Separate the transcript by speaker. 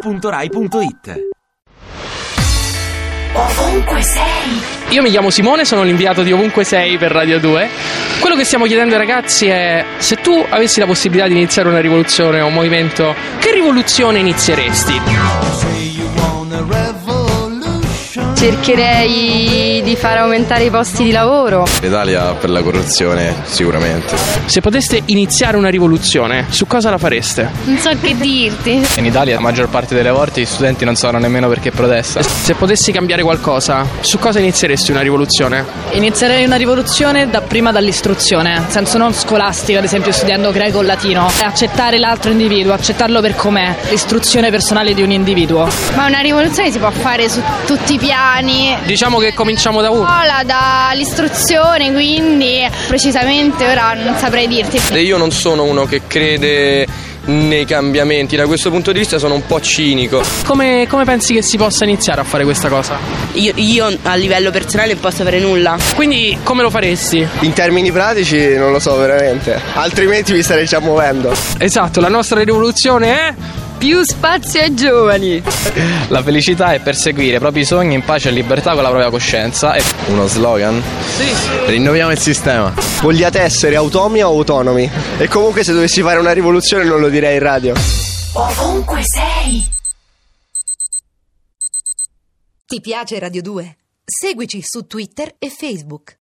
Speaker 1: radio2pod.rai.it
Speaker 2: Ovunque sei,
Speaker 3: Io mi chiamo Simone, sono l'inviato di Ovunque Sei per Radio 2. Quello che stiamo chiedendo ai ragazzi è se tu avessi la possibilità di iniziare una rivoluzione o un movimento, che rivoluzione inizieresti?
Speaker 4: Cercherei di far aumentare i posti di lavoro.
Speaker 5: L'Italia per la corruzione sicuramente.
Speaker 3: Se poteste iniziare una rivoluzione, su cosa la fareste?
Speaker 4: Non so che dirti.
Speaker 5: In Italia la maggior parte delle volte gli studenti non sanno nemmeno perché protesta.
Speaker 3: Se potessi cambiare qualcosa, su cosa inizieresti una rivoluzione?
Speaker 6: Inizierei una rivoluzione da prima dall'istruzione, nel senso non scolastica, ad esempio studiando greco o latino, è accettare l'altro individuo, accettarlo per com'è, l'istruzione personale di un individuo.
Speaker 4: Ma una rivoluzione si può fare su tutti i piani.
Speaker 3: Diciamo che cominciamo da uno.
Speaker 4: Scuola, dall'istruzione, quindi precisamente ora non saprei dirti.
Speaker 5: Io non sono uno che crede nei cambiamenti, da questo punto di vista sono un po' cinico.
Speaker 3: Come, come pensi che si possa iniziare a fare questa cosa?
Speaker 7: Io, io a livello personale non posso fare nulla.
Speaker 3: Quindi come lo faresti?
Speaker 5: In termini pratici non lo so veramente, altrimenti vi starei già muovendo.
Speaker 3: Esatto, la nostra rivoluzione è...
Speaker 4: Più spazio ai giovani.
Speaker 5: La felicità è perseguire i propri sogni in pace e libertà con la propria coscienza. Uno slogan?
Speaker 3: Sì.
Speaker 5: Rinnoviamo il sistema.
Speaker 8: Vogliate essere automi o autonomi? E comunque se dovessi fare una rivoluzione non lo direi in radio.
Speaker 2: ovunque sei.
Speaker 9: Ti piace Radio 2? Seguici su Twitter e Facebook.